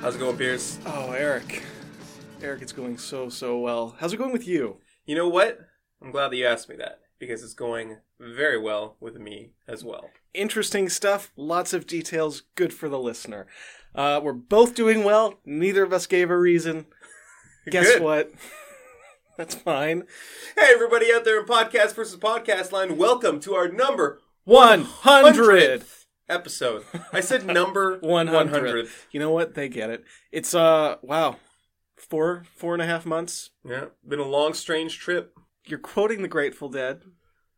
How's it going, Pierce? Oh, Eric. Eric, it's going so, so well. How's it going with you? You know what? I'm glad that you asked me that because it's going very well with me as well. Interesting stuff, lots of details, good for the listener. Uh, we're both doing well, neither of us gave a reason. Guess Good. what? That's fine. Hey, everybody out there in Podcast versus Podcast Line, welcome to our number 100! episode. I said number 100. 100. You know what? They get it. It's, uh, wow. Four, four and a half months. Yeah, been a long, strange trip. You're quoting the Grateful Dead,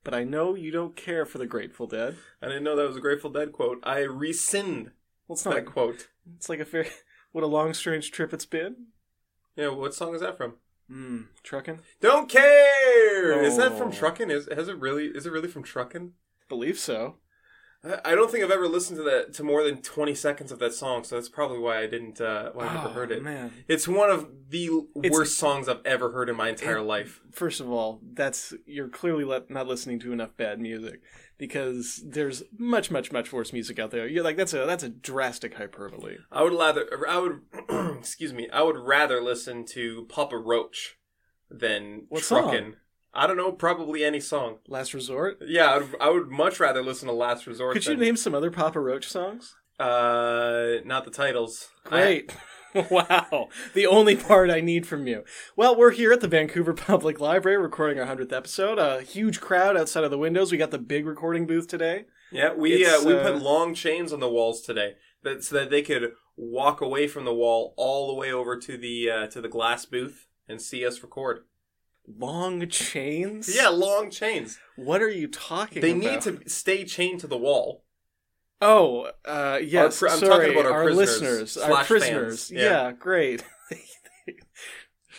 but I know you don't care for the Grateful Dead. I didn't know that was a Grateful Dead quote. I rescind Well, it's not. that A, quote. it's like a fair. What a long, strange trip it's been. Yeah, what song is that from? Hmm. Trucking. Don't care. Is that from Oh. Truckin'? Is has it really? Is it really from Truckin'? Believe so. I I don't think I've ever listened to that to more than twenty seconds of that song, so that's probably why I didn't. Uh, why I never Oh, heard it. Man, It's one of the It's- worst songs I've ever heard in my entire It- life. first of all, that's you're clearly let, not listening to enough bad music because there's much, much, much worse music out there. You're like that's a that's a drastic hyperbole. I would rather. I would. excuse me. I would rather listen to Papa Roach than What song? Truckin'. I don't know. Probably any song. Last resort. Yeah, I would, I would much rather listen to Last Resort. Could you than- name some other Papa Roach songs? Uh, not the titles. I- Great. Wow, the only part I need from you. Well, we're here at the Vancouver Public Library recording our 100th episode. A huge crowd outside of the windows. We got the big recording booth today. Yeah, we uh, It's, we uh, put long chains on the walls today, that so that they could walk away from the wall all the way over to the uh, to the glass booth and see us record. Long chains? Yeah, long chains. What are you talking They about? need to stay chained to the wall. Oh, uh, yes. pri- I'm talking sorry, about our prisoners listeners, our slash prisoners. fans, yeah. Yeah, great.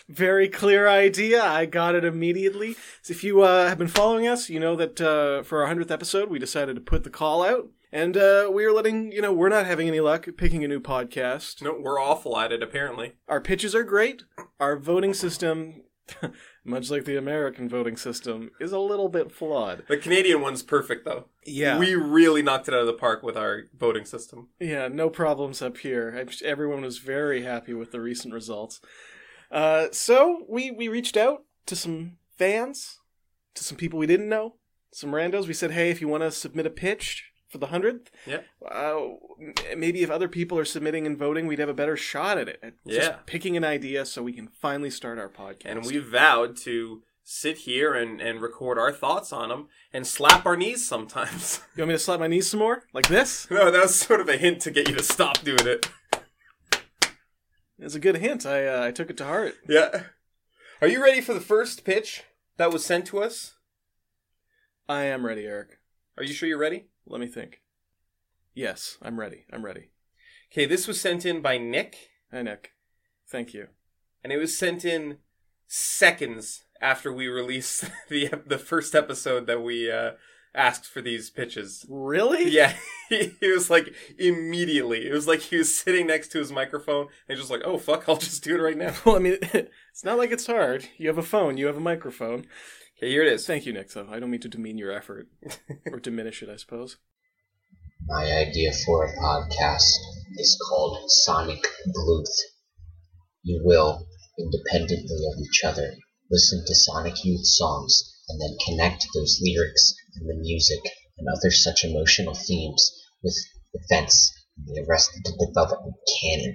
Very clear idea. I got it immediately. So if you uh, have been following us, you know that uh, for our hundredth episode, we decided to put the call out, and uh, we are letting you know we're not having any luck picking a new podcast. No, we're awful at it apparently. Our pitches are great. Our voting system, much like the American voting system, is a little bit flawed. The Canadian one's perfect though. Yeah, We really knocked it out of the park with our voting system. Yeah, no problems up here. I'm sh- Everyone was very happy with the recent results. Uh, so we we reached out to some fans, to some people we didn't know, some randos. We said, hey, if you want to submit a pitch for the hundredth, Yep. uh, m- maybe if other people are submitting and voting, we'd have a better shot at it. At Yeah. just picking an idea so we can finally start our podcast. And we vowed to sit here and, and record our thoughts on them and slap our knees sometimes. you want me to slap my knees some more, like this? no, that was sort of a hint to get you to stop doing it. It's a good hint. I uh, I took it to heart. Yeah. Are you ready for the first pitch that was sent to us? I am ready, Eric. Are you sure you're ready? Let me think. Yes, I'm ready. I'm ready. Okay, this was sent in by Nick, Hi, Nick. Thank you. and it was sent in seconds after we released the the first episode that we uh, asked for these pitches. Really? Yeah, he, he was like immediately. It was like he was sitting next to his microphone and just like, oh fuck, I'll just do it right now. Well, I mean, it's not like it's hard. You have a phone, you have a microphone. Okay, here it is. Thank you, Nick, though. I don't mean to demean your effort or diminish it, I suppose. My idea for a podcast is called Sonic Bluth. You will, independently of each other, listen to Sonic Youth songs and then connect those lyrics and the music and other such emotional themes with events in the Arrested Development canon.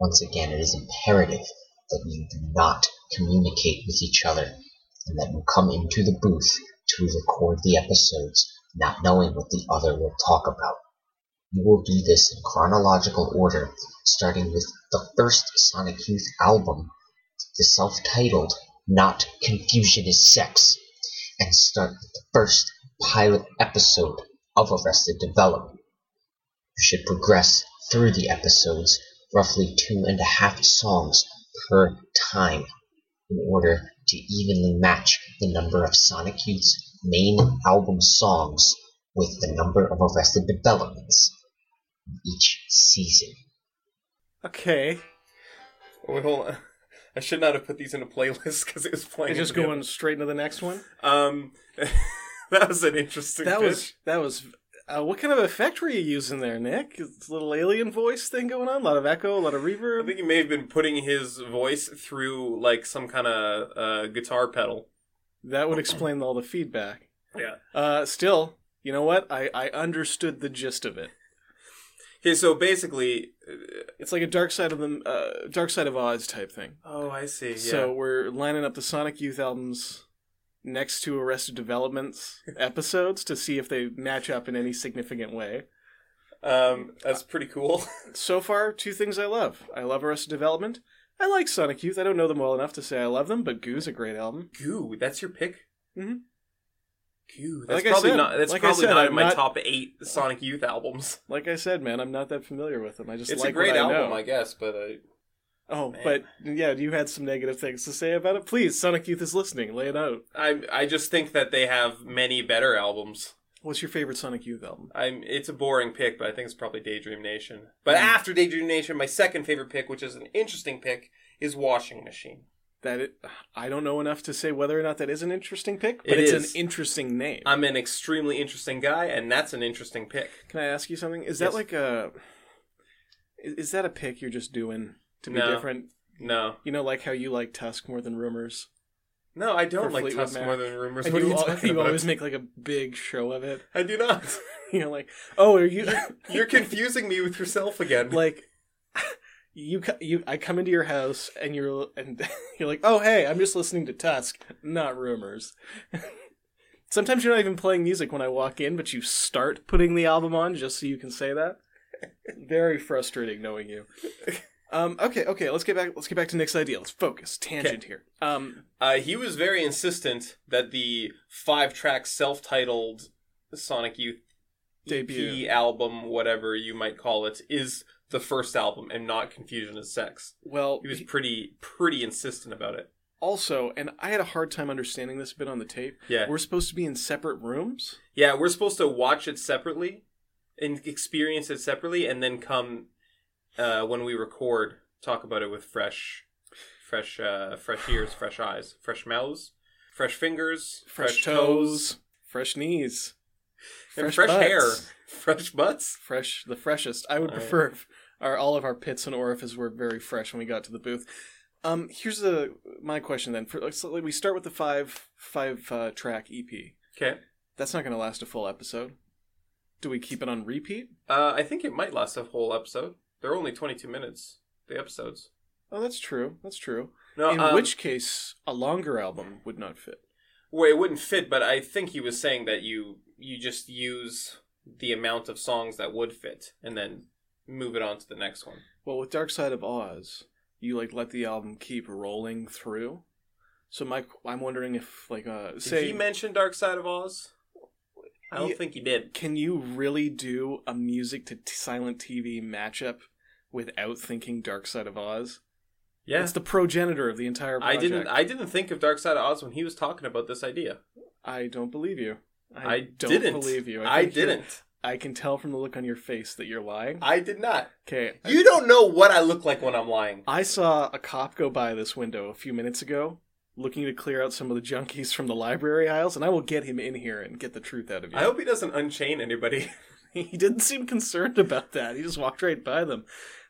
Once again, it is imperative that you do not communicate with each other and that you come into the booth to record the episodes not knowing what the other will talk about. You will do this in chronological order, starting with the first Sonic Youth album, the self titled Not Confusion is Sex, and start with the first pilot episode of Arrested Development. You should progress through the episodes, roughly two and a half songs per time, in order to evenly match the number of Sonic Youth's main album songs with the number of Arrested Developments in each season. Okay. Wait, hold on. I should not have put these in a playlist because it was playing. It's just in the- going straight into the next one. Um, that was an interesting. That pitch. was that was Uh, what kind of effect were you using there, Nick? It's a little alien voice thing going on. A lot of echo, a lot of I reverb. think he may have been putting his voice through like some kind of uh, guitar pedal. That would explain all the feedback. Yeah. Uh, still, you know what? I, I understood the gist of it. Okay, so basically, uh, It's like a dark side of the uh, dark side of Oz type thing. oh, I see. Yeah. So we're lining up the Sonic Youth albums next to Arrested Development's episodes to see if they match up in any significant way. um, that's pretty cool. So far, two things I love. I love Arrested Development. I like Sonic Youth. I don't know them well enough to say I love them, but Goo's a great album. Goo, that's your pick. Mhm. Goo, that's Like I probably said- not. That's like I probably said, not in I'm my not- top eight Sonic Youth albums. Like I said, man, I'm not that familiar with them. I just it's like a great what I album, know. I guess, but uh, oh, Man. but yeah, you had some negative things to say about it. Please, Sonic Youth is listening. Lay it out. I I just think that they have many better albums. What's your favorite Sonic Youth album? I'm. It's a boring pick, but I think it's probably Daydream Nation. But Hmm. after Daydream Nation, my second favorite pick, which is an interesting pick, is Washing Machine. That it, I don't know enough to say whether or not that is an interesting pick, but It it's is. an interesting name. I'm an extremely interesting guy, and that's an interesting pick. Can I ask you something? Is Yes. that like a is is that a pick you're just doing to be No. different? No, You know, like how you like Tusk more than rumors. no, I don't For like Fleetwood Tusk Mac. more than rumors. And What are you, you al- talking you about? always make like a big show of it. I do not. You're like, oh, are you You're confusing me with yourself again. like you co- you? I come into your house and you're and you're like, oh hey, I'm just listening to Tusk, not rumors. Sometimes you're not even playing music when I walk in, but you start putting the album on just so you can say that. Very frustrating knowing you. Um, okay, okay, let's get back. Let's get back to Nick's idea. Let's focus. Tangent here. Um, Uh, he was very insistent that the five-track self-titled Sonic Youth Debut. EP album, whatever you might call it, is the first album and not Confusion is Sex. well, He was pretty pretty insistent about it. also, and I had a hard time understanding this bit on the tape. Yeah, We're supposed to be in separate rooms. yeah. We're supposed to watch it separately and experience it separately, and then come uh, when we record, talk about it with fresh, fresh, uh, fresh ears, fresh eyes, fresh mouths, fresh fingers, fresh toes, fresh knees, and fresh butts. hair, Uh. fresh butts. fresh the freshest. I would All right. prefer if our all of our pits and orifices were very fresh when we got to the booth. Um, here's the my question then. For, so we start with the five five uh, track EP. Okay. That's not going to last a full episode. Do we keep it on repeat? Uh, I think it might last a whole episode. They're only 22 minutes, the episodes. Oh, that's true. That's true. No, In um, which case, a longer album would not fit. well, it wouldn't fit, but I think he was saying that you you just use the amount of songs that would fit and then move it on to the next one. Well, with Dark Side of Oz, you like let the album keep rolling through. So my, I'm wondering if like uh, Did say he mention Dark Side of Oz? I don't Ye- think he did. can you really do a music to t- silent TV matchup without thinking Dark Side of Oz? Yeah. It's the progenitor of the entire I project. didn't I didn't think of Dark Side of Oz when he was talking about this idea. I don't believe you. I, didn't believe you. I, think you're- didn't. I can tell from the look on your face that you're lying. I did not. Okay. I- You don't know what I look like when I'm lying. I saw a cop go by this window a few minutes ago looking to clear out some of the junkies from the library aisles, and I will get him in here and get the truth out of you. I hope he doesn't unchain anybody. he didn't seem concerned about that. He just walked right by them,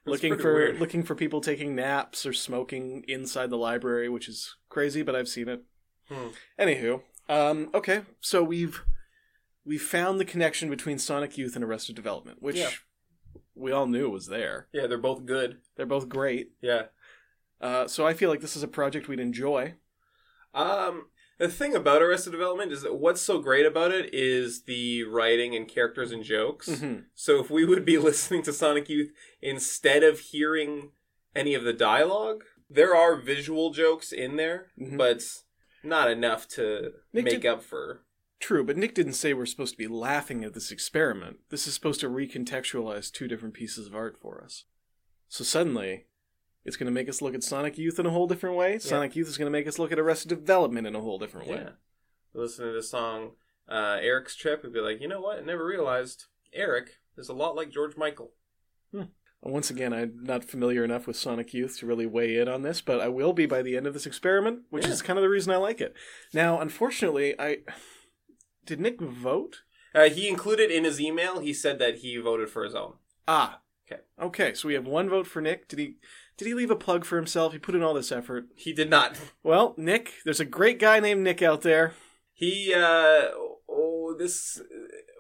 That's looking pretty for weird. looking for people taking naps or smoking inside the library, which is crazy, but I've seen it. Hmm. Anywho, um, okay, so we've we found the connection between Sonic Youth and Arrested Development, which Yeah. we all knew was there. Yeah, they're both good. They're both great. Yeah. Uh, so I feel like this is a project we'd enjoy. Um, the thing about Arrested Development is that what's so great about it is the writing and characters and jokes. Mm-hmm. So if we would be listening to Sonic Youth instead of hearing any of the dialogue, there are visual jokes in there, Mhm. but not enough to Nick, make did- up for. True, but Nick didn't say we're supposed to be laughing at this experiment. This is supposed to recontextualize two different pieces of art for us. So suddenly, it's going to make us look at Sonic Youth in a whole different way. Sonic Youth is going to make us look at Arrested Development in a whole different way. Yeah. Listen to the song uh, Eric's Trip, we'd be like, you know what? I never realized Eric is a lot like George Michael. And Once again, I'm not familiar enough with Sonic Youth to really weigh in on this, but I will be by the end of this experiment, which Yeah. is kind of the reason I like it. Now, unfortunately, I did Nick vote? Uh, he included in his email. He said that he voted for his own. Ah. Okay. Okay. So we have one vote for Nick. Did he? Did he leave a plug for himself? He put in all this effort. He did not. Well, Nick, there's a great guy named Nick out there. He uh oh this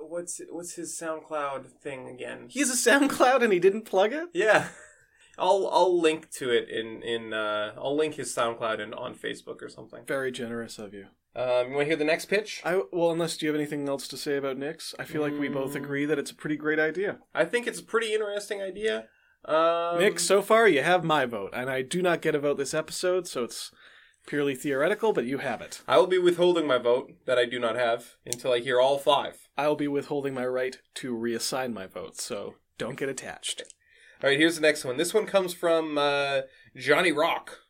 what's what's his SoundCloud thing again? He has a SoundCloud and he didn't plug it. Yeah. I'll I'll link to it in in uh I'll link his SoundCloud in on Facebook or something. Very generous of you. Um you want to hear the next pitch? I well, unless do you have anything else to say about Nick's? I feel like we both Mm. agree that it's a pretty great idea. I think it's a pretty interesting idea. Um Nick, so far you have my vote, and I do not get a vote this episode, so it's purely theoretical, but you have it. I will be withholding my vote that I do not have until I hear all five. I'll be withholding my right to reassign my vote, so don't get attached. All right, here's the next one. This one comes from uh, Johnny Rock.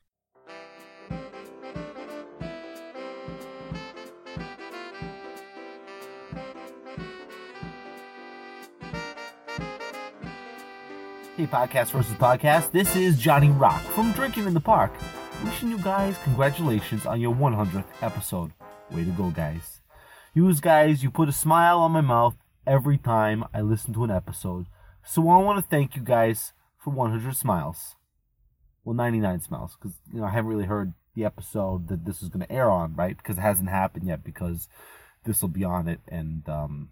Hey, Podcast versus Podcast. This is Johnny Rock from Drinking in the Park. Wishing you guys congratulations on your 100th episode. Way to go, guys. You guys, you put a smile on my mouth every time I listen to an episode. So I want to thank you guys for 100 smiles. Well, 99 smiles, because you know I haven't really heard the episode that this is going to air on, right? Because it hasn't happened yet. Because this will be on it, and um,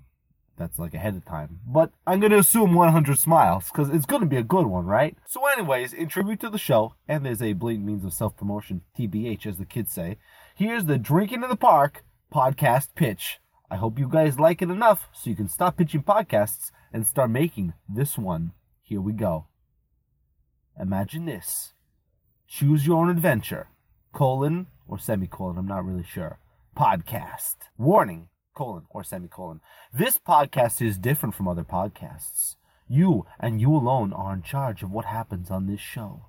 that's like ahead of time. But I'm gonna assume 100 smiles because it's gonna be a good one, right? So, anyways, in tribute to the show, and there's a blatant means of self-promotion, TBH, as the kids say. Here's the drinking in the park podcast pitch. I hope you guys like it enough so you can stop pitching podcasts and start making this one. Here we go. Imagine this. Choose your own adventure. Colon or semicolon, I'm not really sure. Podcast. Warning, colon or semicolon. This podcast is different from other podcasts. You and you alone are in charge of what happens on this show.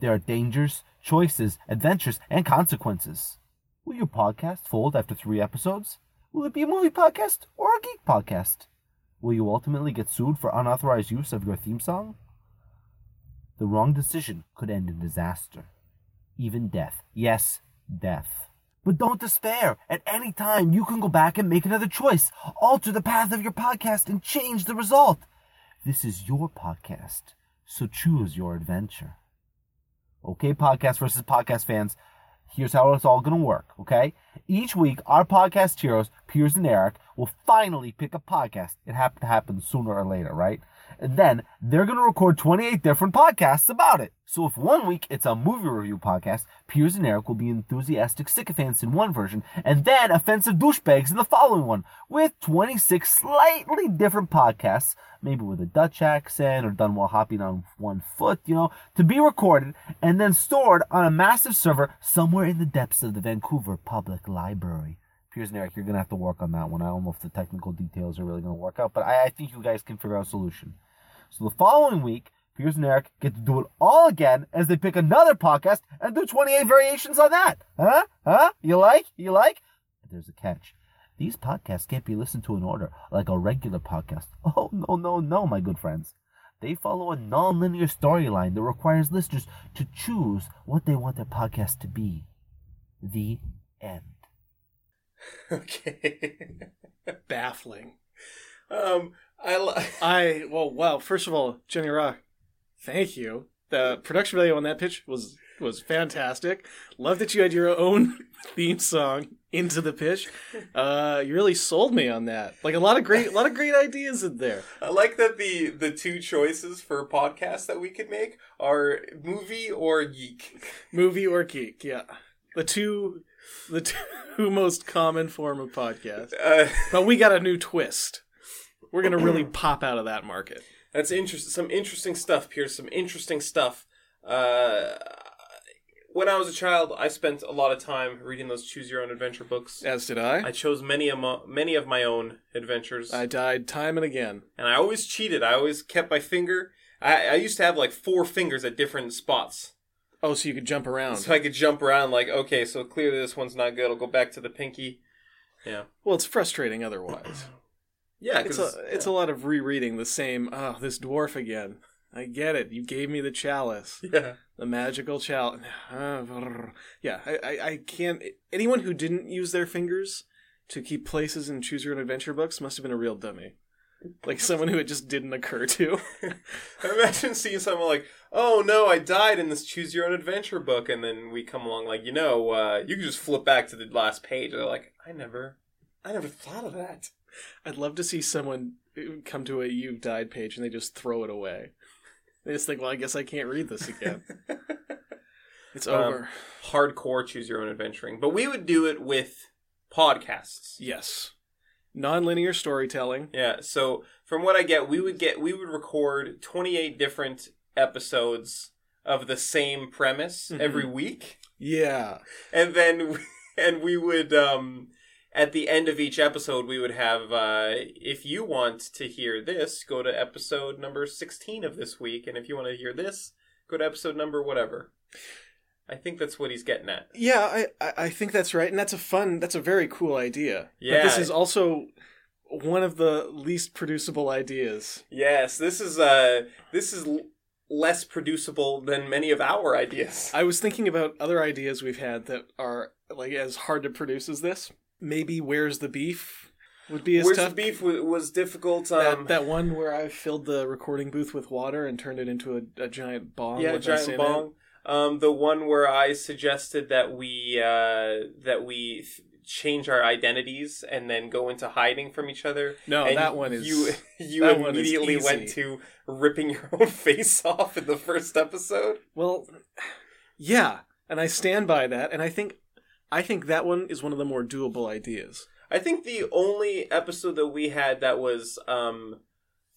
There are dangers, choices, adventures, and consequences. Will your podcast fold after three episodes? Will it be a movie podcast or a geek podcast? Will you ultimately get sued for unauthorized use of your theme song? The wrong decision could end in disaster. Even death. Yes, death. But don't despair. At any time, you can go back and make another choice, alter the path of your podcast, and change the result. This is your podcast, so choose your adventure. Okay, podcast versus podcast fans, here's how it's all going to work, okay? Each week, our podcast heroes, Piers and Eric, will finally pick a podcast. It has to happen sooner or later, right? And then they're going to record 28 different podcasts about it. So if one week it's a movie review podcast, Piers and Eric will be enthusiastic sycophants in one version, and then offensive douchebags in the following one, with 26 slightly different podcasts, maybe with a Dutch accent or done while hopping on one foot, you know, to be recorded and then stored on a massive server somewhere in the depths of the Vancouver Public Library. Piers and Eric, you're gonna have to work on that one. I don't know if the technical details are really gonna work out, but I, I think you guys can figure out a solution. So the following week, Piers and Eric get to do it all again as they pick another podcast and do 28 variations on that. Huh? Huh? You like? You like? But there's a catch. These podcasts can't be listened to in order like a regular podcast. Oh, no, no, no, my good friends. They follow a non-linear storyline that requires listeners to choose what they want their podcast to be. The end. okay. Baffling. um, I li- I well, wow. First of all, Jenny Rock, thank you. The production value on that pitch was was fantastic. Love that you had your own theme song into the pitch. Uh, you really sold me on that. Like a lot of great, a lot of great ideas in there. I like that the the two choices for podcasts that we could make are movie or geek. Movie or geek, yeah. The two, the two most common form of podcast. Uh, But we got a new twist. We're gonna really pop out of that market. that's interest some interesting stuff, Pierce. Some interesting stuff. Uh, when I was a child, I spent a lot of time reading those choose your own adventure books. As did I. I chose many amo- many of my own adventures. I died time and again. and I always cheated. I always kept my finger. I, I used to have like four fingers at different spots, Oh, so you could jump around. so I could jump around. Like, okay, so clearly this one's not good. I'll go back to the pinky. Yeah, Well, it's frustrating otherwise. yeah. It's 'cause- a it's a lot of rereading the same. Oh, this dwarf again. I get it. You gave me the chalice, yeah. the magical chalice. yeah, I, I I can't. Anyone who didn't use their fingers to keep places in choose your own adventure books must have been a real dummy. Like someone who it just didn't occur to. Imagine seeing someone like, "Oh no, I died in this choose your own adventure book," and then we come along like, you know, uh, you can just flip back to the last page. And they're like, "I never, I never thought of that." I'd love to see someone uh, come to a you died page and they just throw it away. They just think, well, I guess I can't read this again. It's Um, over. Hardcore choose your own adventuring, but we would do it with podcasts. Yes. Non-linear storytelling. Yeah. So from what I get, we would get we would record twenty eight different episodes of the same premise Mhm. every week. Yeah. and then and we would um at the end of each episode we would have uh if you want to hear this go to episode number 16 of this week and if you want to hear this go to episode number whatever i think that's what he's getting at Yeah, I, I I think that's right, and that's a fun, that's a very cool idea. But this Yeah. is also one of the least producible ideas. yes this is uh this is l- less producible than many of our ideas I was thinking about other ideas we've had that are like as hard to produce as this. Maybe where's the beef would be as where's tough. the beef was, was difficult um That, that one where I filled the recording booth with water and turned it into a, a giant bong. yeah with us in giant it. bong um the one where i suggested that we uh that we f- change our identities and then go into hiding from each other No, and Oh, that one is. you you that one is immediately went easy. to ripping your own face off in the first episode Well, yeah, and I stand by that, and I think, I think that one is one of the more doable ideas. i think the only episode that we had that was um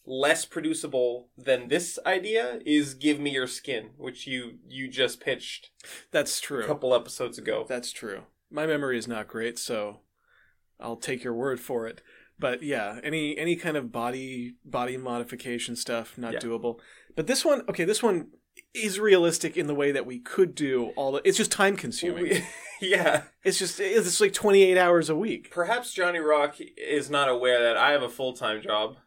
less producible than this idea is give me your skin which you you just pitched That's a true. couple episodes ago That's true. My memory is not great, so I'll take your word for it. But yeah, any any kind of body body modification stuff not Yeah. doable. But this one, okay, this one is realistic in the way that we could do all the. It's just time consuming. We- yeah It's just it's like twenty eight hours a week. Perhaps Johnny Rock is not aware that I have a full time job,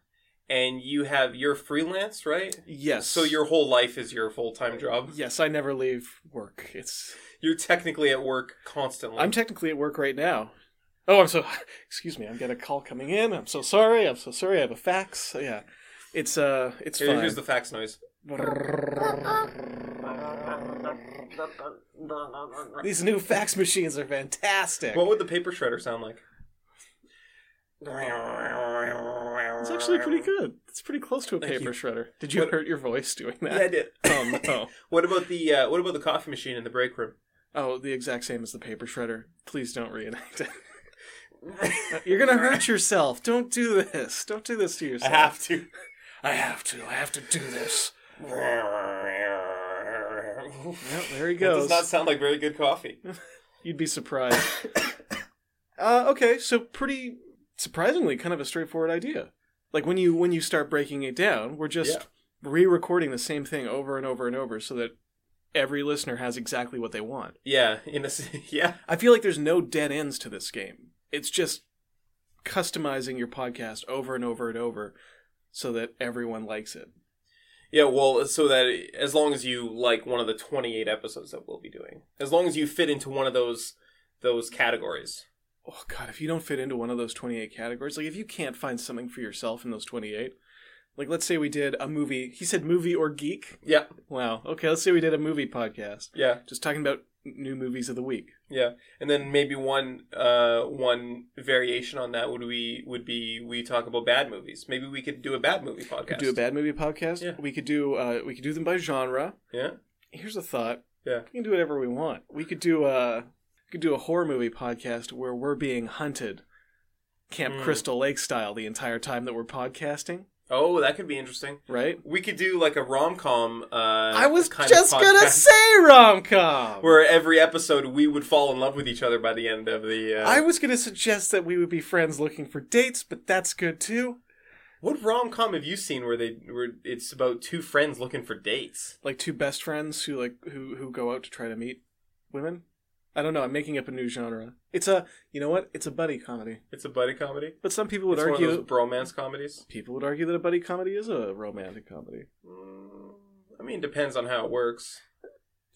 and you have your freelance, right? Yes. So your whole life is your full time job. Yes, I never leave work. It's You're technically at work constantly. I'm technically at work right now. Oh, I'm so excuse me. I've got a call coming in. I'm so sorry. I'm so sorry. I have a fax. Yeah, it's uh, it's Here- fine. here's the fax noise. These new fax machines are fantastic. What would the paper shredder sound like? It's it's actually pretty good. It's pretty close to a Thank paper you. shredder. Did you What- hurt your voice doing Yeah, I that? did. Oh no. What about the uh, what about the coffee machine in the break room? Oh, the exact same as the paper shredder. Please don't reenact it. You're gonna hurt yourself. Don't do this. Don't do this to I yourself. have to. I have to. I have to do this. Yep, there he That does goes. not sound like very good coffee. You'd be surprised. uh, okay, so pretty surprisingly, kind of a straightforward idea. Like when you when you start breaking it down, we're just Yeah. re-recording the same thing over and over and over, so that every listener has exactly what they want. Yeah, in a s- yeah. I feel like there's no dead ends to this game. It's just customizing your podcast over and over and over, so that everyone likes it. Yeah, well, so that as long as you like one of the 28 episodes that we'll be doing, as long as you fit into one of those those categories. Oh god, if you don't fit into one of those 28 categories, like if you can't find something for yourself in those 28, like let's say we did a movie, he said movie or geek. Yeah, Wow. Okay, let's say we did a movie podcast. yeah, Just talking about new movies of the week. yeah. And then maybe one uh one variation on that would we would be we talk about bad movies. Maybe we could do a bad movie podcast. We could do a bad movie podcast. Yeah. We could do uh we could do them by genre. Yeah. Here's a thought. Yeah. We can do whatever we want. We could do a we could do a horror movie podcast where we're being hunted Camp Mm. Crystal Lake style the entire time that we're podcasting, Oh, that could be interesting. right? We could do like a rom com. Uh, I was kind of just gonna podcast say rom com. where every episode we would fall in love with each other by the end of the. Uh, I was gonna suggest that we would be friends looking for dates, but that's good too. What rom com have you seen where they where it's about two friends looking for dates? Like two best friends who like who who go out to try to meet women. I don't know. I'm making up a new genre. It's a you know what? It's a buddy comedy. It's a buddy comedy. But some people would it's argue one of those bromance comedies. people would argue that a buddy comedy is a romantic comedy. Mm, I mean, depends on how it works.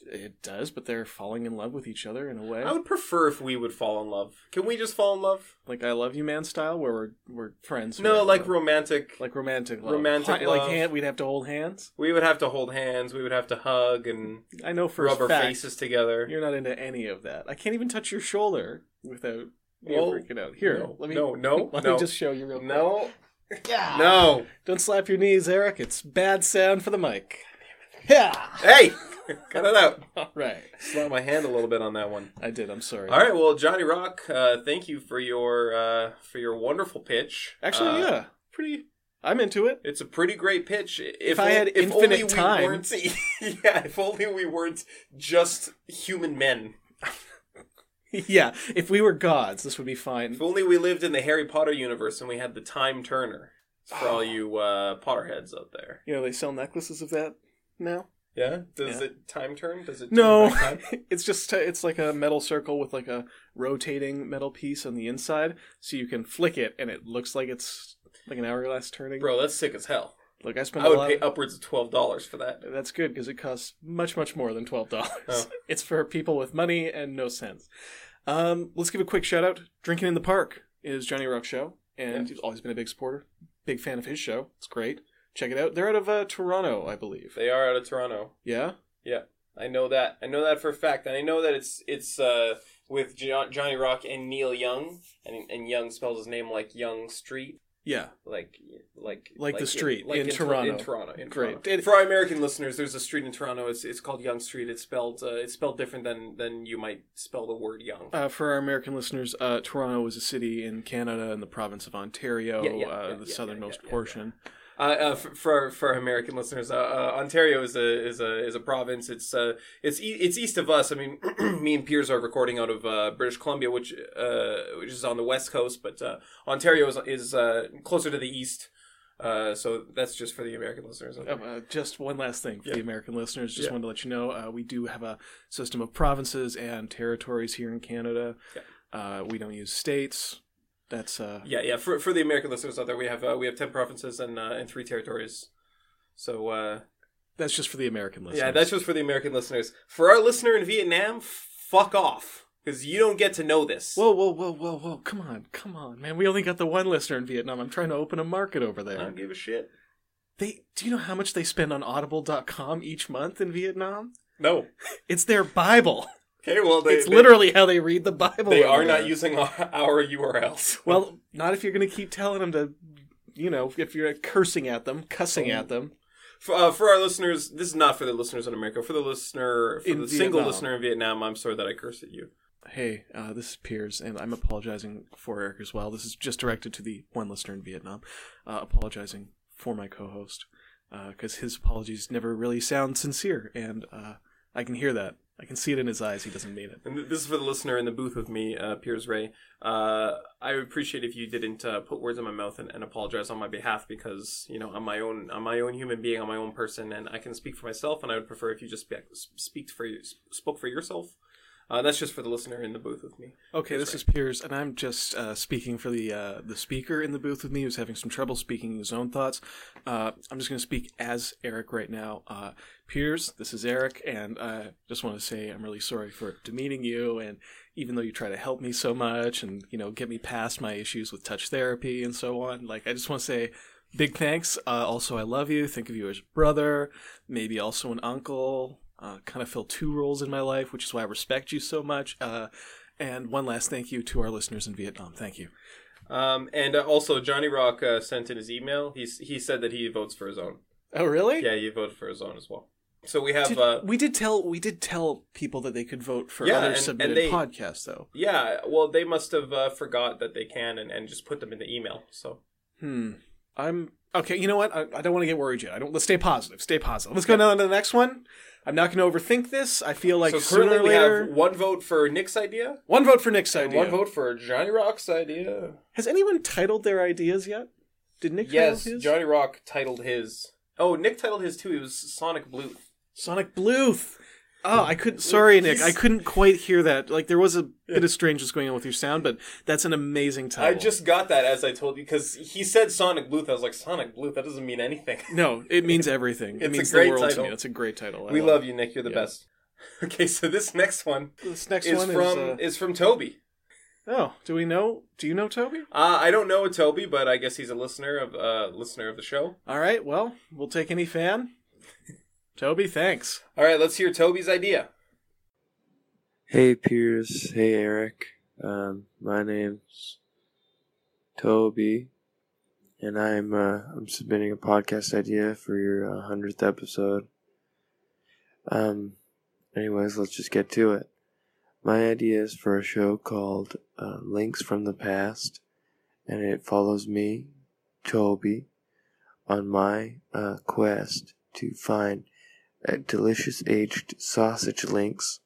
It does, but they're falling in love with each other in a way, I would prefer if we would fall in love. Can we just fall in love? like "I love you, man" style, where we're we're friends. No, forever. like romantic. like romantic love. Romantic Hi- love. Like hand, we'd have to hold hands. we would have to hold hands. We would have to hug and I know for a rub our fact faces together. you're not into any of that. I can't even touch your shoulder without you Well, freaking out. Here, no, let me no, no, let no. me just show you real quick. No. No. Don't slap your knees, Eric. It's bad sound for the mic. Yeah. Hey, cut it out. All right. Slap my hand a little bit on that one. I did. I'm sorry. All right, well, Johnny Rock, uh, thank you for your uh, for your wonderful pitch. Actually, Uh, yeah. Pretty. I'm into it. It's a pretty great pitch. If, I o- had if infinite only we time. weren't, yeah, if only we weren't just human men. yeah. If we were gods, this would be fine. If only we lived in the Harry Potter universe and we had the Time Turner. For all you uh, Potterheads out there, You know, they sell necklaces of that now. yeah, does Yeah. it time turn? Does it turn No, back time? it's just it's like a metal circle with like a rotating metal piece on the inside, so you can flick it and it looks like it's like an hourglass turning. bro, that's sick as hell. Look, I spent I a would lot. pay upwards of twelve dollars for that. That's good because it costs much much more than twelve dollars. Oh. It's for people with money and no sense. Um, let's give a quick shout out. Drinking in the Park is Johnny Rock's show, and Yeah. he's always been a big supporter, big fan of his show. It's great. Check it out. They're out of uh, Toronto, I believe. They are out of Toronto. Yeah. I know that. I know that for a fact, and I know that it's it's uh, with jo- Johnny Rock and Neil Young, and and Young spells his name like Young Street, Yeah. like like Like the in- street in Tor- Toronto. In Toronto, in Great. Toronto. It- for our American listeners, there's a street in Toronto. It's it's called Young Street. It's spelled uh, it's spelled different than than you might spell the word Young. Uh, for our American listeners, uh, Toronto is a city in Canada in the province of Ontario, Yeah, yeah, uh, yeah, the yeah, southernmost yeah, yeah, portion. Uh, uh, for- for for our American listeners, uh, uh, Ontario is a is a is a province. It's uh, it's e- it's east of us. I mean, me and Piers are recording out of uh, British Columbia, which uh, which is on the west coast, but uh, Ontario is is uh, closer to the east. Uh, so that's just for the American listeners. out there. Oh, uh, just one last thing for Yeah. the American listeners. Just Yeah. wanted to let you know uh, we do have a system of provinces and territories here in Canada. Uh, we don't use states. That's uh, Yeah, yeah. For for the American listeners out there, we have uh, we have ten provinces and uh, and three territories. So uh, that's just for the American listeners. yeah, that's just for the American listeners. For our listener in Vietnam, fuck off because you don't get to know this. whoa, whoa, whoa, whoa, whoa! Come on, come on, man! We only got the one listener in Vietnam. I'm trying to open a market over I there. don't give a shit. They do you know how much they spend on Audible.com each month in Vietnam? No. It's their Bible. Okay, well, they, it's they- literally how they read the Bible. They over are not there. using our, our URLs. Well, not if you're going to keep telling them to, you know, if you're cursing at them, cussing at them. For, uh, for our listeners, this is not for the listeners in America. For the listener, for In the single Vietnam. listener in Vietnam, I'm sorry that I cursed at you. Hey, uh, this is Piers, and I'm apologizing for Eric as well. This is just directed to the one listener in Vietnam, uh, apologizing for my co-host because his apologies never really sound sincere, and uh, I can hear that. I can see it in his eyes. He doesn't mean it. And th- this is for the listener in the booth with me, uh, Piers Ray. Uh, I would appreciate if you didn't uh, put words in my mouth and, and apologize on my behalf because you know I'm my own I'm my own human being, I'm my own person, and I can speak for myself. And I would prefer if you just spe- speak for you, spoke for yourself. Uh, that's just for the listener in the booth with me. Okay, this is Piers, and I'm just uh, speaking for the uh, the speaker in the booth with me who's having some trouble speaking his own thoughts. Uh, I'm just going to speak as Eric right now. Uh, Piers, this is Eric, and I just want to say I'm really sorry for demeaning you, and even though you try to help me so much and you know get me past my issues with touch therapy and so on, like I just want to say big thanks. Uh, also, I love you. Think of you as a brother, maybe also an uncle. Uh, kind of fill two roles in my life, which is why I respect you so much. Uh, and one last thank you to our listeners in Vietnam. Thank you. Um, and uh, also, Johnny Rock uh, sent in his email. He's he said that he votes for his own. Oh, really? Yeah, he voted for his own as well. So we have Did- uh, we did tell we did tell people that they could vote for Yeah, other and- and submitted they- podcasts, though. yeah. Well, they must have uh, forgot that they can and, and just put them in the email. So Hmm. I'm okay. You know what? I, I don't want to get worried yet. I don't. Let's stay positive. Stay positive. Let's go on to the next one. I'm not going to overthink this. I feel like so sooner currently or we later, have one vote for Nick's idea, one vote for Nick's and idea. one vote for Johnny Rock's idea. Has anyone titled their ideas yet? Did Nick yes, title his? Johnny Rock titled his. Oh, Nick titled his too. He was Sonic Blue. Sonic Bluth. Oh, I couldn't. Sorry, Nick. I couldn't quite hear that. Like there was a bit of strangeness going on with your sound, but that's an amazing title. I just got that as I told you because he said Sonic Blue. I was like Sonic Blue. That doesn't mean anything. No, it means everything. It's a it means great the world title. to me. It's a great title. I we it. love you, Nick. You're the Yeah. best. Okay, so this next one This next is one from is, is. Uh, from Toby. oh, do we know? Do you know Toby? Uh, I don't know a Toby, but I guess he's a listener of uh, listener of the show. All right. Well, we'll take any fan. Toby, thanks. All right, let's hear Toby's idea. Hey Piers, hey Eric. Um, my name's Toby, and I'm uh, I'm submitting a podcast idea for your uh, hundredth episode. Um, anyways, let's just get to it. My idea is for a show called uh, Links from the Past, and it follows me, Toby, on my uh, quest to find uh, delicious aged sausage links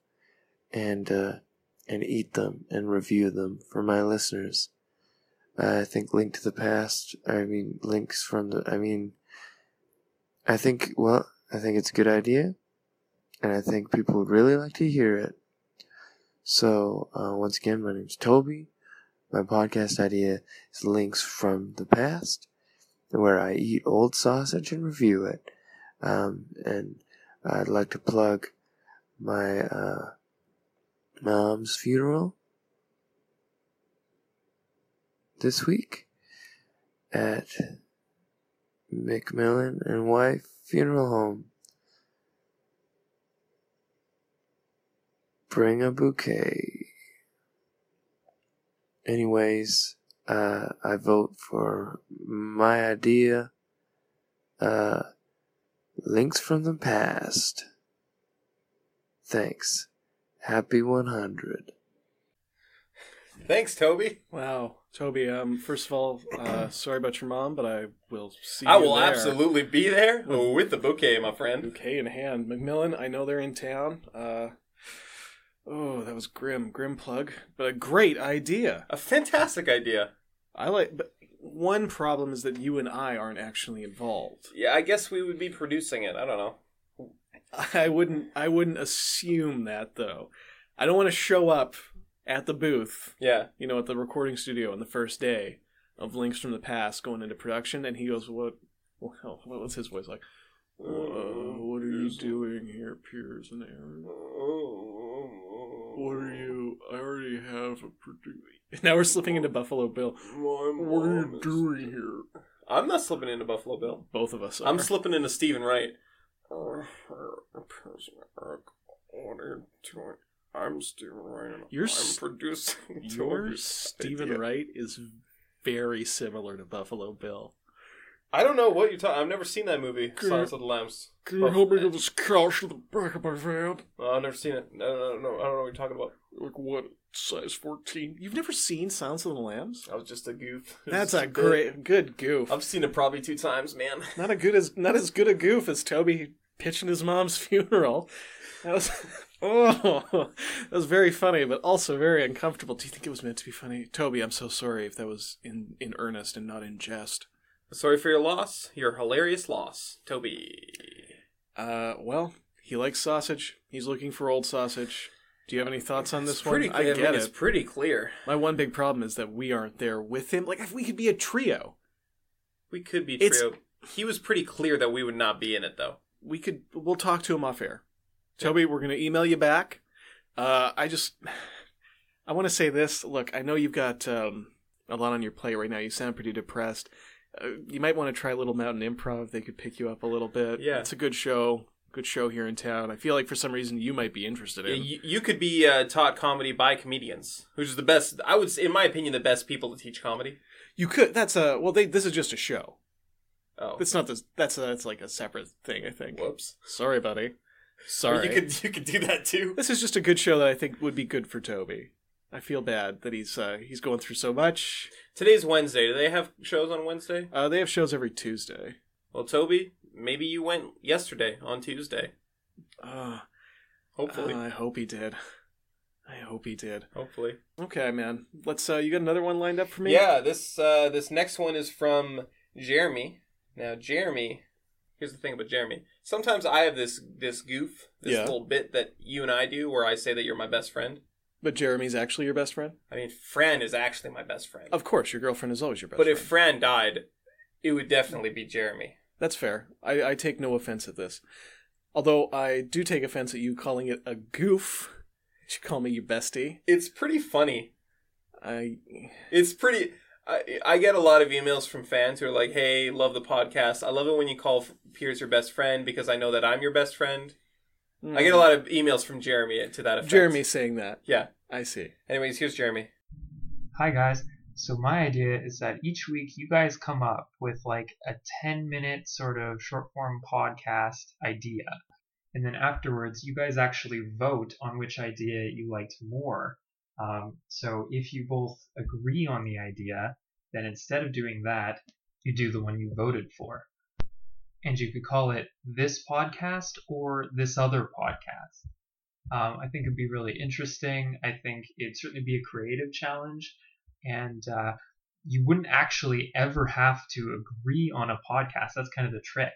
and uh, and eat them and review them for my listeners. I think Link to the Past. I mean, links from the. I mean, I think. Well, I think it's a good idea, and I think people would really like to hear it. So, uh, once again, my name's Toby. My podcast idea is Links from the Past, where I eat old sausage and review it. Um, and I'd like to plug my uh, mom's funeral this week at McMillan and Wife Funeral Home. Bring a bouquet. Anyways, uh, I vote for my idea. Uh, links from the past. Thanks. Happy 100. Thanks, Toby. Wow, Toby. Um, first of all, uh, sorry about your mom, but I will see. I you will there. absolutely be there with the bouquet, my friend. Bouquet in hand, McMillan. I know they're in town. Uh, oh, that was grim, grim plug, but a great idea. A fantastic idea. I like. But one problem is that you and I aren't actually involved. Yeah, I guess we would be producing it. I don't know. I wouldn't. I wouldn't assume that though. I don't want to show up at the booth Yeah. you know, at the recording studio on the first day of Links from the Past going into production, and he goes, "What? Well, what was his voice like? Uh, what are you doing here, Piers and Aaron? What are you? I already have a producer. Now we're slipping into Buffalo Bill. What are you doing here? I'm not slipping into Buffalo Bill. Both of us. Are. I'm slipping into Stephen Wright. I'm Stephen Wright. You're I'm s- producing. Your Stephen Wright is very similar to Buffalo Bill. I don't know what you're talking. I've never seen that movie. Silence of the Lambs. Can you help me get this couch to the back of my van? Oh, I've never seen it. No, no, no, no. I don't know what you're talking about. Like what? Size fourteen. You've never seen Silence of the Lambs? I was just a goof. That's Just a bit. great, good goof. I've seen it probably two times, man. Not a good as not as good a goof as Toby pitching his mom's funeral. That was oh, that was very funny, but also very uncomfortable. Do you think it was meant to be funny, Toby? I'm so sorry if that was in in earnest and not in jest. Sorry for your loss. Your hilarious loss, Toby. Uh, well, he likes sausage. He's looking for old sausage. Do you have any thoughts on this It's one? pretty clear. I mean, get It's it. pretty clear. My one big problem is that we aren't there with him. Like if we could be a trio, We could be It's- trio. He was pretty clear that we would not be in it, though. we could we'll talk to him off air toby we're going to email you back uh, i just i want to say this look i know you've got um, a lot on your plate right now you sound pretty depressed uh, you might want to try little mountain improv they could pick you up a little bit Yeah. it's a good show good show here in town i feel like for some reason you might be interested in You, you could be uh, taught comedy by comedians, which is the best. I would, say, in my opinion, the best people to teach comedy. you could that's a well they this is just a show Oh, that's not this that's a, that's like a separate thing i think whoops. sorry buddy Or sorry You could you could do that too. This is just a good show that I think would be good for Toby. I feel bad that he's uh, he's going through so much. Today's Wednesday. Do they have shows on Wednesday? Uh, they have shows every Tuesday. Well, Toby, maybe you went yesterday on Tuesday. Uh, Hopefully, I hope he did. I hope he did. hopefully. Okay, man. Let's. Uh, you got another one lined up for me? Yeah, this uh, this next one is from Jeremy. Now, Jeremy, here's the thing about Jeremy. Sometimes I have this this goof, this Yeah. little bit that you and I do, where I say that you're my best friend. But Jeremy's actually your best friend. I mean, Fran is actually my best friend. Of course, your girlfriend is always your best. but friend. if Fran died, it would definitely be Jeremy. that's fair, I, I take no offense at this. Although I do take offense at you calling it a goof. You should call me your bestie. It's pretty funny. I It's pretty. I, I get a lot of emails from fans who are like, "Hey, love the podcast. I love it when you call f- Piers your best friend because I know that I'm your best friend." I get a lot of emails from Jeremy to that effect. Mm. Jeremy saying that. Yeah. I see. Anyways, here's Jeremy. Hi guys. So my idea is that each week you guys come up with like a 10 minute sort of short form podcast idea. And then afterwards you guys actually vote on which idea you liked more. Um, so if you both agree on the idea, then instead of doing that, you do the one you voted for. And you could call it this podcast or this other podcast. Um, I think it'd be really interesting. I think it'd certainly be a creative challenge and uh, you wouldn't actually ever have to agree on a podcast. That's kind of the trick.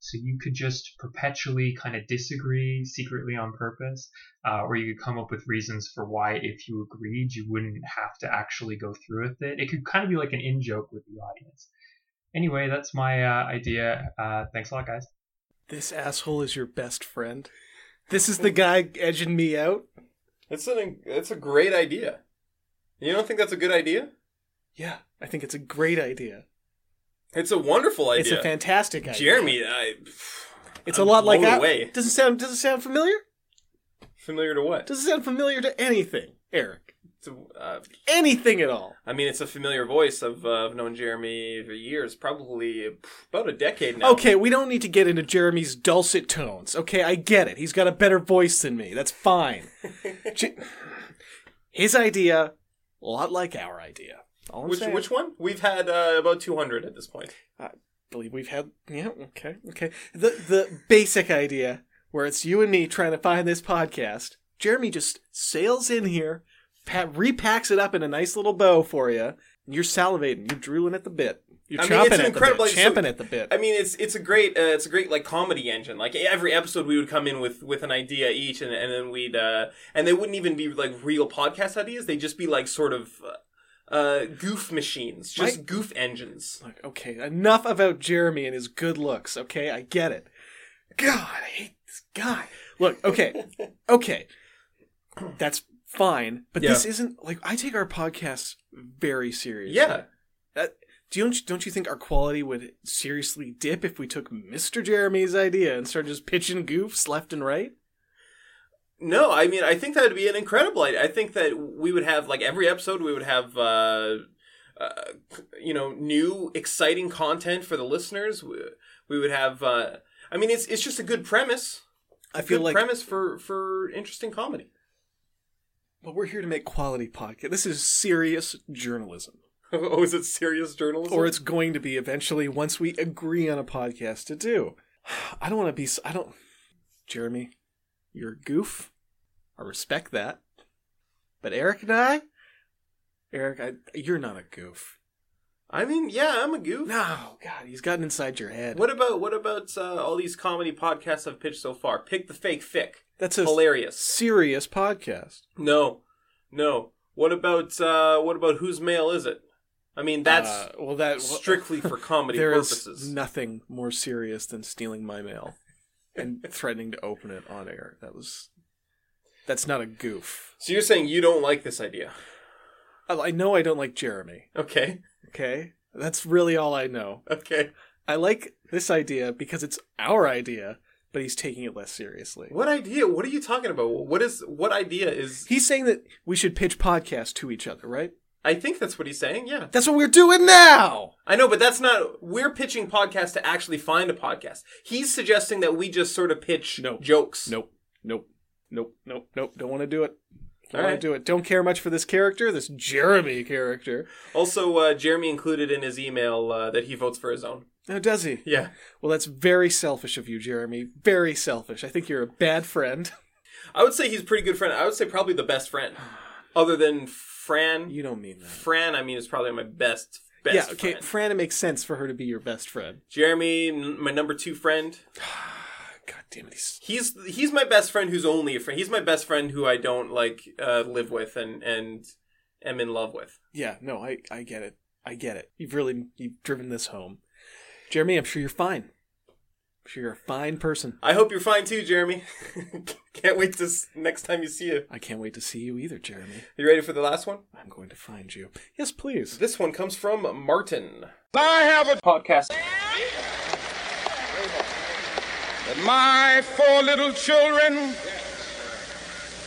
So you could just perpetually kind of disagree secretly on purpose, uh, or you could come up with reasons for why, if you agreed, you wouldn't have to actually go through with it. It could kind of be like an in joke with the audience. Anyway, that's my uh, idea. Uh, thanks a lot, guys. This asshole is your best friend. This is the guy edging me out. It's an it's a great idea. You don't think that's a good idea? Yeah, I think it's a great idea. It's a wonderful idea. It's a fantastic idea. Jeremy, I it's I'm a lot like blown I- away. Doesn't sound doesn't sound familiar. familiar to what? Doesn't sound familiar to anything, Eric. To, uh, Anything at all. I mean, it's a familiar voice. I've, uh, I've known Jeremy for years, probably pff, about a decade now. Okay, we don't need to get into Jeremy's dulcet tones. Okay, I get it. He's got a better voice than me. That's fine. Je- His idea, a lot like our idea. All I'm Which saying. which one? We've had uh, about 200 at this point. believe we've had yeah okay okay the the basic idea where it's you and me trying to find this podcast jeremy just sails in here pa repacks it up in a nice little bow for you you're salivating you're drooling at the bit you're I mean, chomping it's at incredible, the like, bit so- champing at the bit I mean, it's it's a great uh, it's a great like comedy engine. Like every episode, we would come in with with an idea each, and and then we'd uh, and they wouldn't even be like real podcast ideas. They'd just be like sort of uh, uh, goof machines, just My- goof engines. Like, okay enough about jeremy and his good looks okay i get it god i hate this guy look okay okay that's fine but this isn't like i take our podcasts very seriously Yeah, That don't you, don't you think our quality would seriously dip if we took Mr. Jeremy's idea and started just pitching goofs left and right? no, I mean, I think that would be an incredible. idea. I think that we would have like every episode, we would have. Uh, uh, you know, new exciting content for the listeners. We, we would have. Uh, I mean, it's it's just a good premise. I feel good like premise for for interesting comedy. well, we're here to make quality podcast. This is serious journalism, oh, is it serious journalism? or it's going to be eventually once we agree on a podcast to do. I don't want to be. s- I don't. Jeremy, you're a goof. I respect that, but Eric and I, Eric, I, you're not a goof. I mean, yeah, I'm a goof. No, God, he's gotten inside your head. What about what about uh, all these comedy podcasts I've pitched so far? Pick the fake fic. That's a Hilarious. serious podcast. No, no. What about uh, what about whose mail is it? I mean, that's Uh, well, that strictly for comedy There is purposes. nothing more serious than stealing my mail and threatening to open it on air. That was that's not a goof. Oh, so you're saying you don't like this idea? I, I know I don't like Jeremy. Okay, Okay, that's really all I know. okay. I like this idea because it's our idea, but he's taking it less seriously. What idea? What are you talking about? What is what idea is? He's saying that we should pitch podcasts to each other, right? I think that's what he's saying. Yeah, That's what we're doing now. I know, but that's not. We're pitching podcasts to actually find a podcast. He's suggesting that we just sort of pitch No. jokes. Nope. Nope. Nope. Nope. Nope. Don't want to do it. Don't All want right. to do it. Don't care much for this character, this Jeremy character. Also, uh, Jeremy included in his email uh, that he votes for his own. Oh, does he? Yeah. Well, that's very selfish of you, Jeremy. Very selfish. I think you're a bad friend. I would say he's a pretty good friend. I would say probably the best friend. Other than Fran. You don't mean that. Fran, I mean, is probably my best, best yeah, okay, friend. Fran, it makes sense for her to be your best friend. Jeremy, n- my number two friend. God damn it. He's... He's he's my best friend who's only a friend. He's my best friend who I don't, like, uh, live with and, and am in love with. Yeah, no, I, I get it. I get it. You've really you've driven this home. Jeremy, I'm sure you're fine. sure you're a fine person. I hope you're fine too, Jeremy. Can't wait to s- next time you see you. I can't wait to see you either, Jeremy. You ready for the last one? I'm going to find you. Yes, please. This one comes from Martin. I have a podcast that my four little children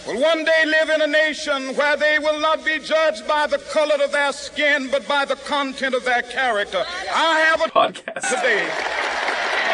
will one day live in a nation where they will not be judged by the color of their skin, but by the content of their character. I have a podcast today.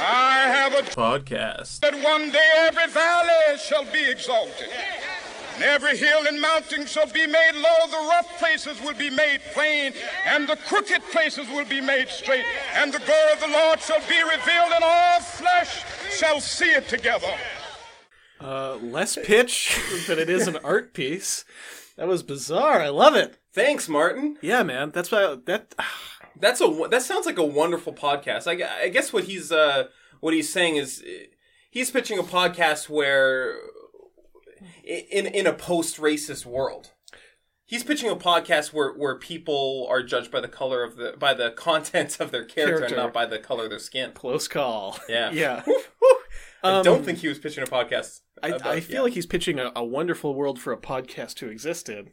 I have a Podcast. that one day every valley shall be exalted, and every hill and mountain shall be made low. The rough places will be made plain, and the crooked places will be made straight. And the glory of the Lord shall be revealed, and all flesh shall see it together. Uh, less pitch, but it is an art piece. That was bizarre. I love it. Thanks, Martin. Yeah, man. That's why that. That's a wo- that sounds like a wonderful podcast. I, gu- I guess what he's uh what he's saying is eh, he's pitching a podcast where i- in in a post racist world. He's pitching a podcast where, where people are judged by the color of the by the content of their character, Character. and not by the color of their skin. Close call. Yeah. Yeah. I Um, don't think he was pitching a podcast. I, about- I feel yeah. like he's pitching a, a wonderful world for a podcast to exist in.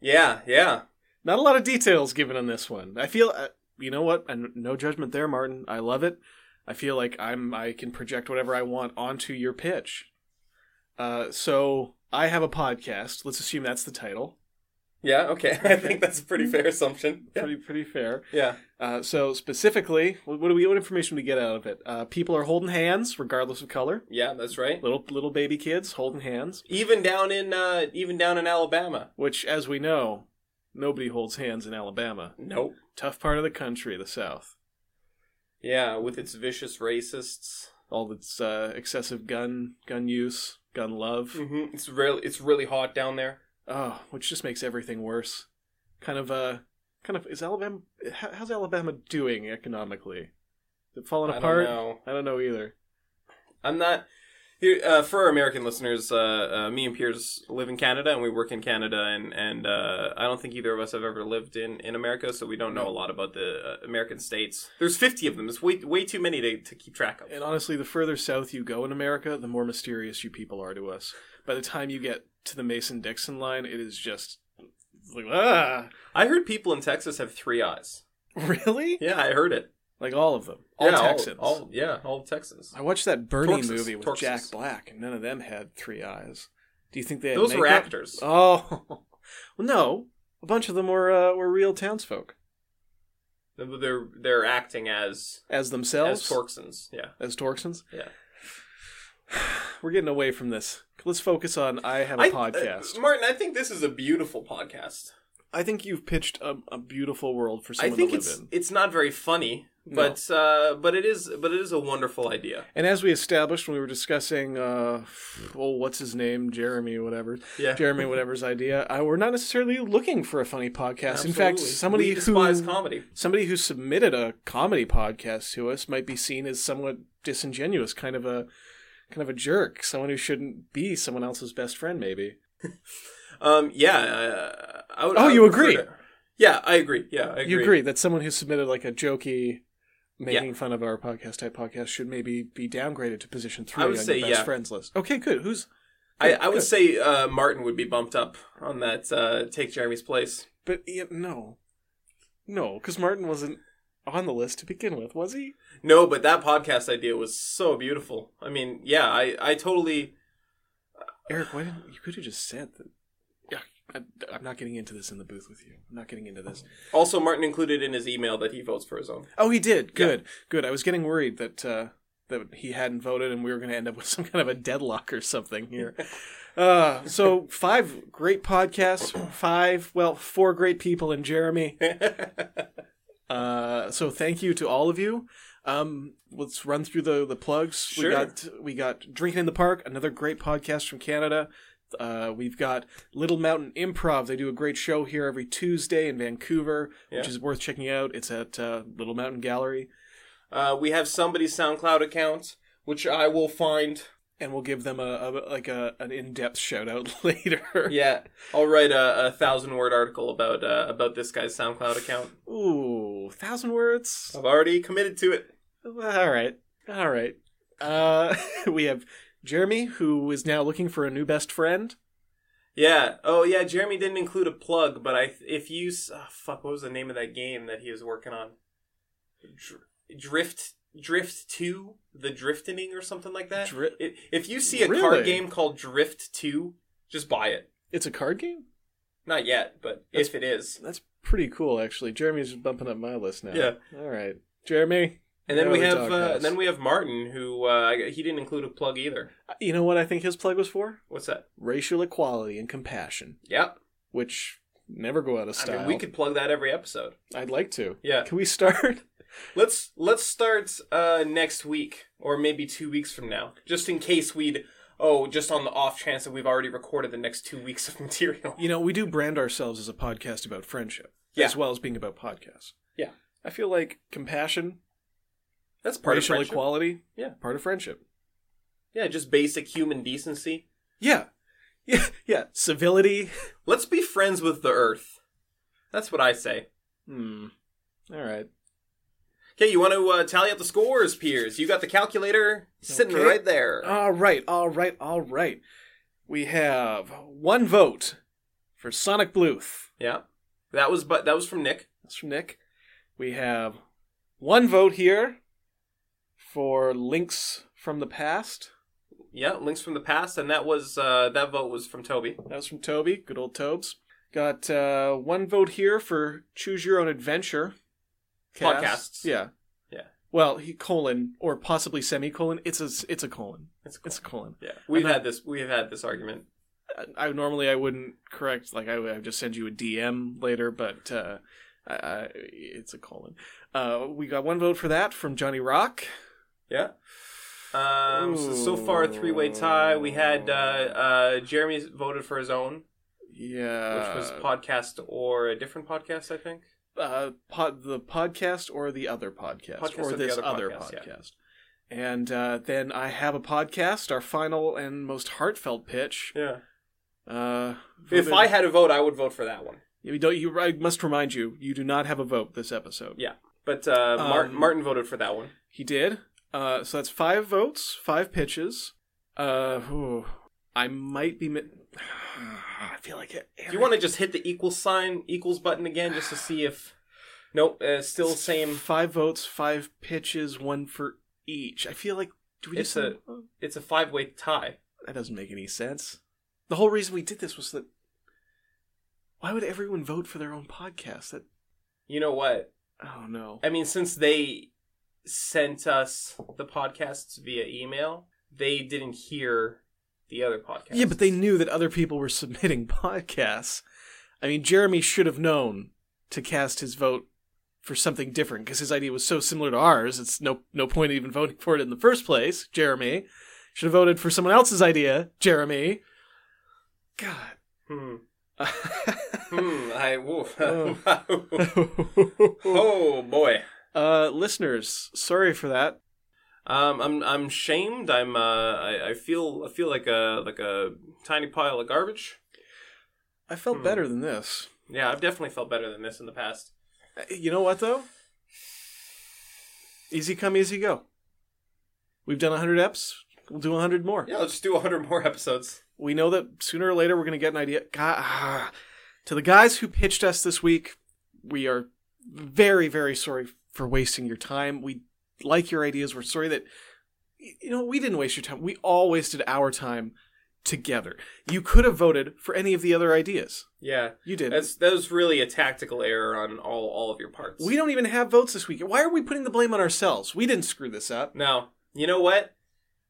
yeah, yeah. Not a lot of details given on this one. I feel, uh, you know what? And no judgment there, Martin. I love it. I feel like I'm I can project whatever I want onto your pitch. Uh, so I have a podcast. Let's assume that's the title. Yeah, okay. I think that's a pretty fair assumption. Yeah. Pretty pretty fair. Yeah. Uh, so specifically, what what do we? What information do we get out of it? Uh, people are holding hands, regardless of color. Yeah, that's right. Little little baby kids holding hands, Even down in uh even down in Alabama. which, as we know, nobody holds hands in Alabama. Nope. Tough part of the country, the South. Yeah, with its vicious racists. All its uh, excessive gun gun use, gun love. hmm It's really it's really hot down there. Oh, which just makes everything worse. Kind of uh, kind of is Alabama? How, how's Alabama doing economically? Is it falling I don't apart? know. I don't know either. I'm not here uh, for our American listeners. Uh, uh, me and Piers live in Canada, and we work in Canada, and and uh, I don't think either of us have ever lived in, in America, so we don't know a lot about the uh, American states. There's 50 of them. It's way way too many to, to keep track of. And honestly, the further south you go in America, the more mysterious you people are to us. By the time you get to the Mason Dixon line, it is just it's like ah, I heard people in Texas have three eyes. really? Yeah, I heard it. Like all of them, all yeah, Texans. All, yeah, all Texans. I watched that Bernie Torxes, movie with Torxes. Jack Black, and none of them had three eyes. Do you think they had Those were makeup? actors. Oh, well, no, a bunch of them were uh, were real townsfolk They're they're acting as as themselves, as Torxons. Yeah, as Torxons. yeah. We're getting away from this. Let's focus on I have a I- podcast. uh, Martin. I think this is a beautiful podcast. I think you've pitched a, a beautiful world for I someone think to live it's in. it's not very funny, but uh, but it is but it is a wonderful idea. And as we established when we were discussing, uh, oh, what's his name, Jeremy, whatever, Yeah. Jeremy, whatever's idea, uh, we're not necessarily looking for a funny podcast. In fact, Absolutely. somebody we who despise comedy. somebody who submitted a comedy podcast to us might be seen as somewhat disingenuous, kind of a kind of a jerk, someone who shouldn't be someone else's best friend, maybe. Um, yeah, uh, I would. Oh, I would you prefer agree. to- yeah, I agree. Yeah, I agree. You agree that someone who submitted like a jokey, making fun of our podcast type podcast should maybe be downgraded to position three on would your say, best yeah. friends list. Okay, good. Who's I, I would Good. say uh, Martin would be bumped up on that. Uh, take Jeremy's place. But yeah, no, no, because Martin wasn't on the list to begin with, was he? No, but that podcast idea was so beautiful. I mean, yeah, I I totally. Eric, why didn't you could have just said that? Yeah, I, I'm not getting into this in the booth with you. I'm not getting into this. Also, Martin included in his email that he votes for his own. Oh, he did. Good, good. I was getting worried that uh, that he hadn't voted and we were going to end up with some kind of a deadlock or something here. Uh, so five great podcasts, five, well, four great people and Jeremy. Uh, so thank you to all of you. Um, let's run through the the plugs. Sure. We got we got Drinking in the Park, another great podcast from Canada. Uh, we've got Little Mountain Improv. They do a great show here every Tuesday in Vancouver, which Yeah. is worth checking out. It's at uh, Little Mountain Gallery, Uh, we have somebody's SoundCloud account, which I will find. and we'll give them a, a like a an in depth shout out later. Yeah, I'll write a, a thousand word article about uh, about this guy's SoundCloud account. Ooh, thousand words. I've already committed to it. All right. All right. Uh, we have Jeremy, who is now looking for a new best friend. Yeah. Oh, yeah. Jeremy didn't include a plug, but I if you s- oh, fuck, what was the name of that game that he was working on? Dr- Drift, Drift Two, the Driftening or something like that. Dri- I- if you see a Really? card game called Drift Two, just buy it. It's a card game? Not yet, but if it is, That's pretty cool, actually. Jeremy's bumping up my list now. Yeah. All right. Jeremy. and then you're we the have dog uh, house. and then we have Martin, who uh, he didn't include a plug either. Uh, You know what I think his plug was for? What's that? Racial equality and compassion, Yep. which never go out of I style. mean, we could plug that every episode. I'd like to. Yeah. Can we start? Let's let's start uh, next week, or maybe two weeks from now, just in case we'd oh, just on the off chance that we've already recorded the next two weeks of material. You know, we do brand ourselves as a podcast about friendship, Yeah. as well as being about podcasts. Yeah. I feel like compassion, That's part racial of friendship. equality, Yeah. part of friendship. Yeah, just basic human decency. Yeah. Yeah. Yeah. Civility. Let's be friends with the Earth. That's what I say. Hmm. All right. Okay, you want to uh, tally up the scores, Piers? You got the calculator sitting Okay. Uh. right there. All right, all right, all right. We have one vote for Sonic Bluth. yeah, that was but that was from Nick. That's from Nick. We have one vote here for Links from the Past. Yeah, links from the past, and that was uh, that vote was from Toby. That was from Toby. Good old Tobes. Got uh, one vote here for Choose Your Own Adventure. Podcasts. Yeah. Yeah. Well, he colon or possibly semicolon. It's a it's a colon. It's cool. It's a colon. yeah, we've I'm not- had this we've had this argument. I, I normally I wouldn't correct like I would I'd just send you a DM later, but uh, I, I, it's a colon. Uh, we got one vote for that from Johnny Rock. Yeah. Um, so, so far, a three way tie. We had uh, uh, Jeremy voted for his own, which Yeah, was podcast or a different podcast, I think. uh, pod, the podcast or the other podcast Podcast or or the this other other, podcast, podcast. yeah. And uh, then I have a podcast, our final and most heartfelt pitch. Yeah. Uh, If voted- I had a vote, I would vote for that one. you don't, you I must remind you, you do not have a vote this episode. Yeah. But uh, Martin, Um, Martin voted for that one. He did. Uh, so that's five votes, five pitches. Uh, whew. I might be. Mi- I feel like it. Do you want to just hit the equal sign, equals button again, just to see if? Nope. Uh, still same. Five votes, five pitches, one for each. I feel like. Do we It's just? a it's a five way tie. that doesn't make any sense. The whole reason we did this was that. Why would everyone vote for their own podcast? That You know what? oh no. I mean, since they sent us the podcasts via email, they didn't hear the other podcast. Yeah, but they knew that other people were submitting podcasts. I mean, Jeremy should have known to cast his vote for something different because his idea was so similar to ours. It's no no point even voting for it in the first place. Jeremy should have voted for someone else's idea. Jeremy, God. Hmm. Hmm. I. Woo. Oh. oh boy. uh, listeners, sorry for that. Um. I'm. I'm shamed. I'm. Uh. I, I feel. I feel like a. Like a tiny pile of garbage. I felt Hmm. better than this. Yeah. I've definitely felt better than this in the past. Uh, You know what though? Easy come, easy go. We've done 100 eps. We'll do 100 more. Yeah. Let's do hundred more episodes. we know that sooner or later we're going to get an idea. God, to the guys who pitched us this week, we are very, very sorry for wasting your time. We like your ideas. We're sorry that, y- you know, we didn't waste your time. We all wasted our time together. You could have voted for any of the other ideas. Yeah. You didn't. That's that was really a tactical error on all all of your parts. we don't even have votes this week. Why are we putting the blame on ourselves? We didn't screw this up. No. you know what?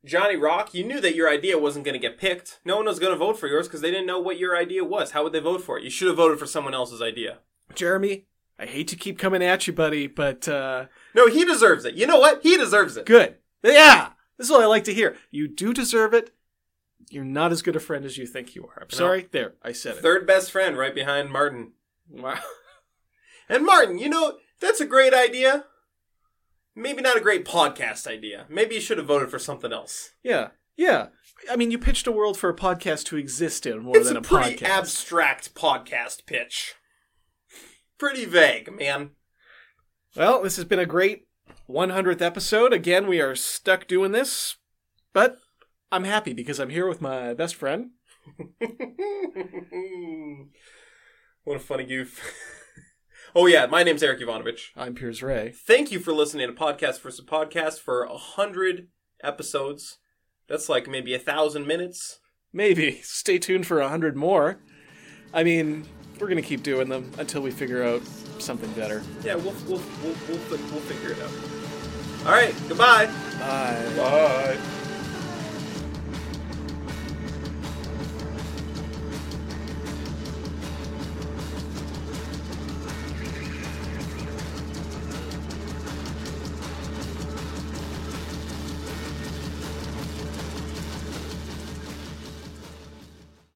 Johnny Rock, you knew that your idea wasn't going to get picked. No one was going to vote for yours because they didn't know what your idea was. How would they vote for it? You should have voted for someone else's idea. Jeremy, I hate to keep coming at you, buddy, but uh, No, he deserves it. You know what? He deserves it. good. Yeah, this is what I like to hear. You do deserve it. You're not as good a friend as you think you are. I'm sorry. There, I said it. Third best friend right behind Martin. Wow. And Martin, you know, that's a great idea. Maybe not a great podcast idea. Maybe you should have voted for something else. Yeah, yeah. I mean, you pitched a world for a podcast to exist in more it's than a, a, pretty podcast. abstract podcast pitch. Pretty vague, man. well, this has been a great 100th episode. Again, we are stuck doing this, but I'm happy because I'm here with my best friend. what a funny goof. oh, yeah, my name's Eric Ivanovich. I'm Piers Ray. Thank you for listening to Podcast versus Podcast for a hundred episodes. That's like maybe a thousand minutes. Maybe stay tuned for a hundred more. I mean, we're gonna keep doing them until we figure out something better. Yeah, we'll we'll we'll, we'll, fi- we'll figure it out. All right, goodbye. Bye. Bye.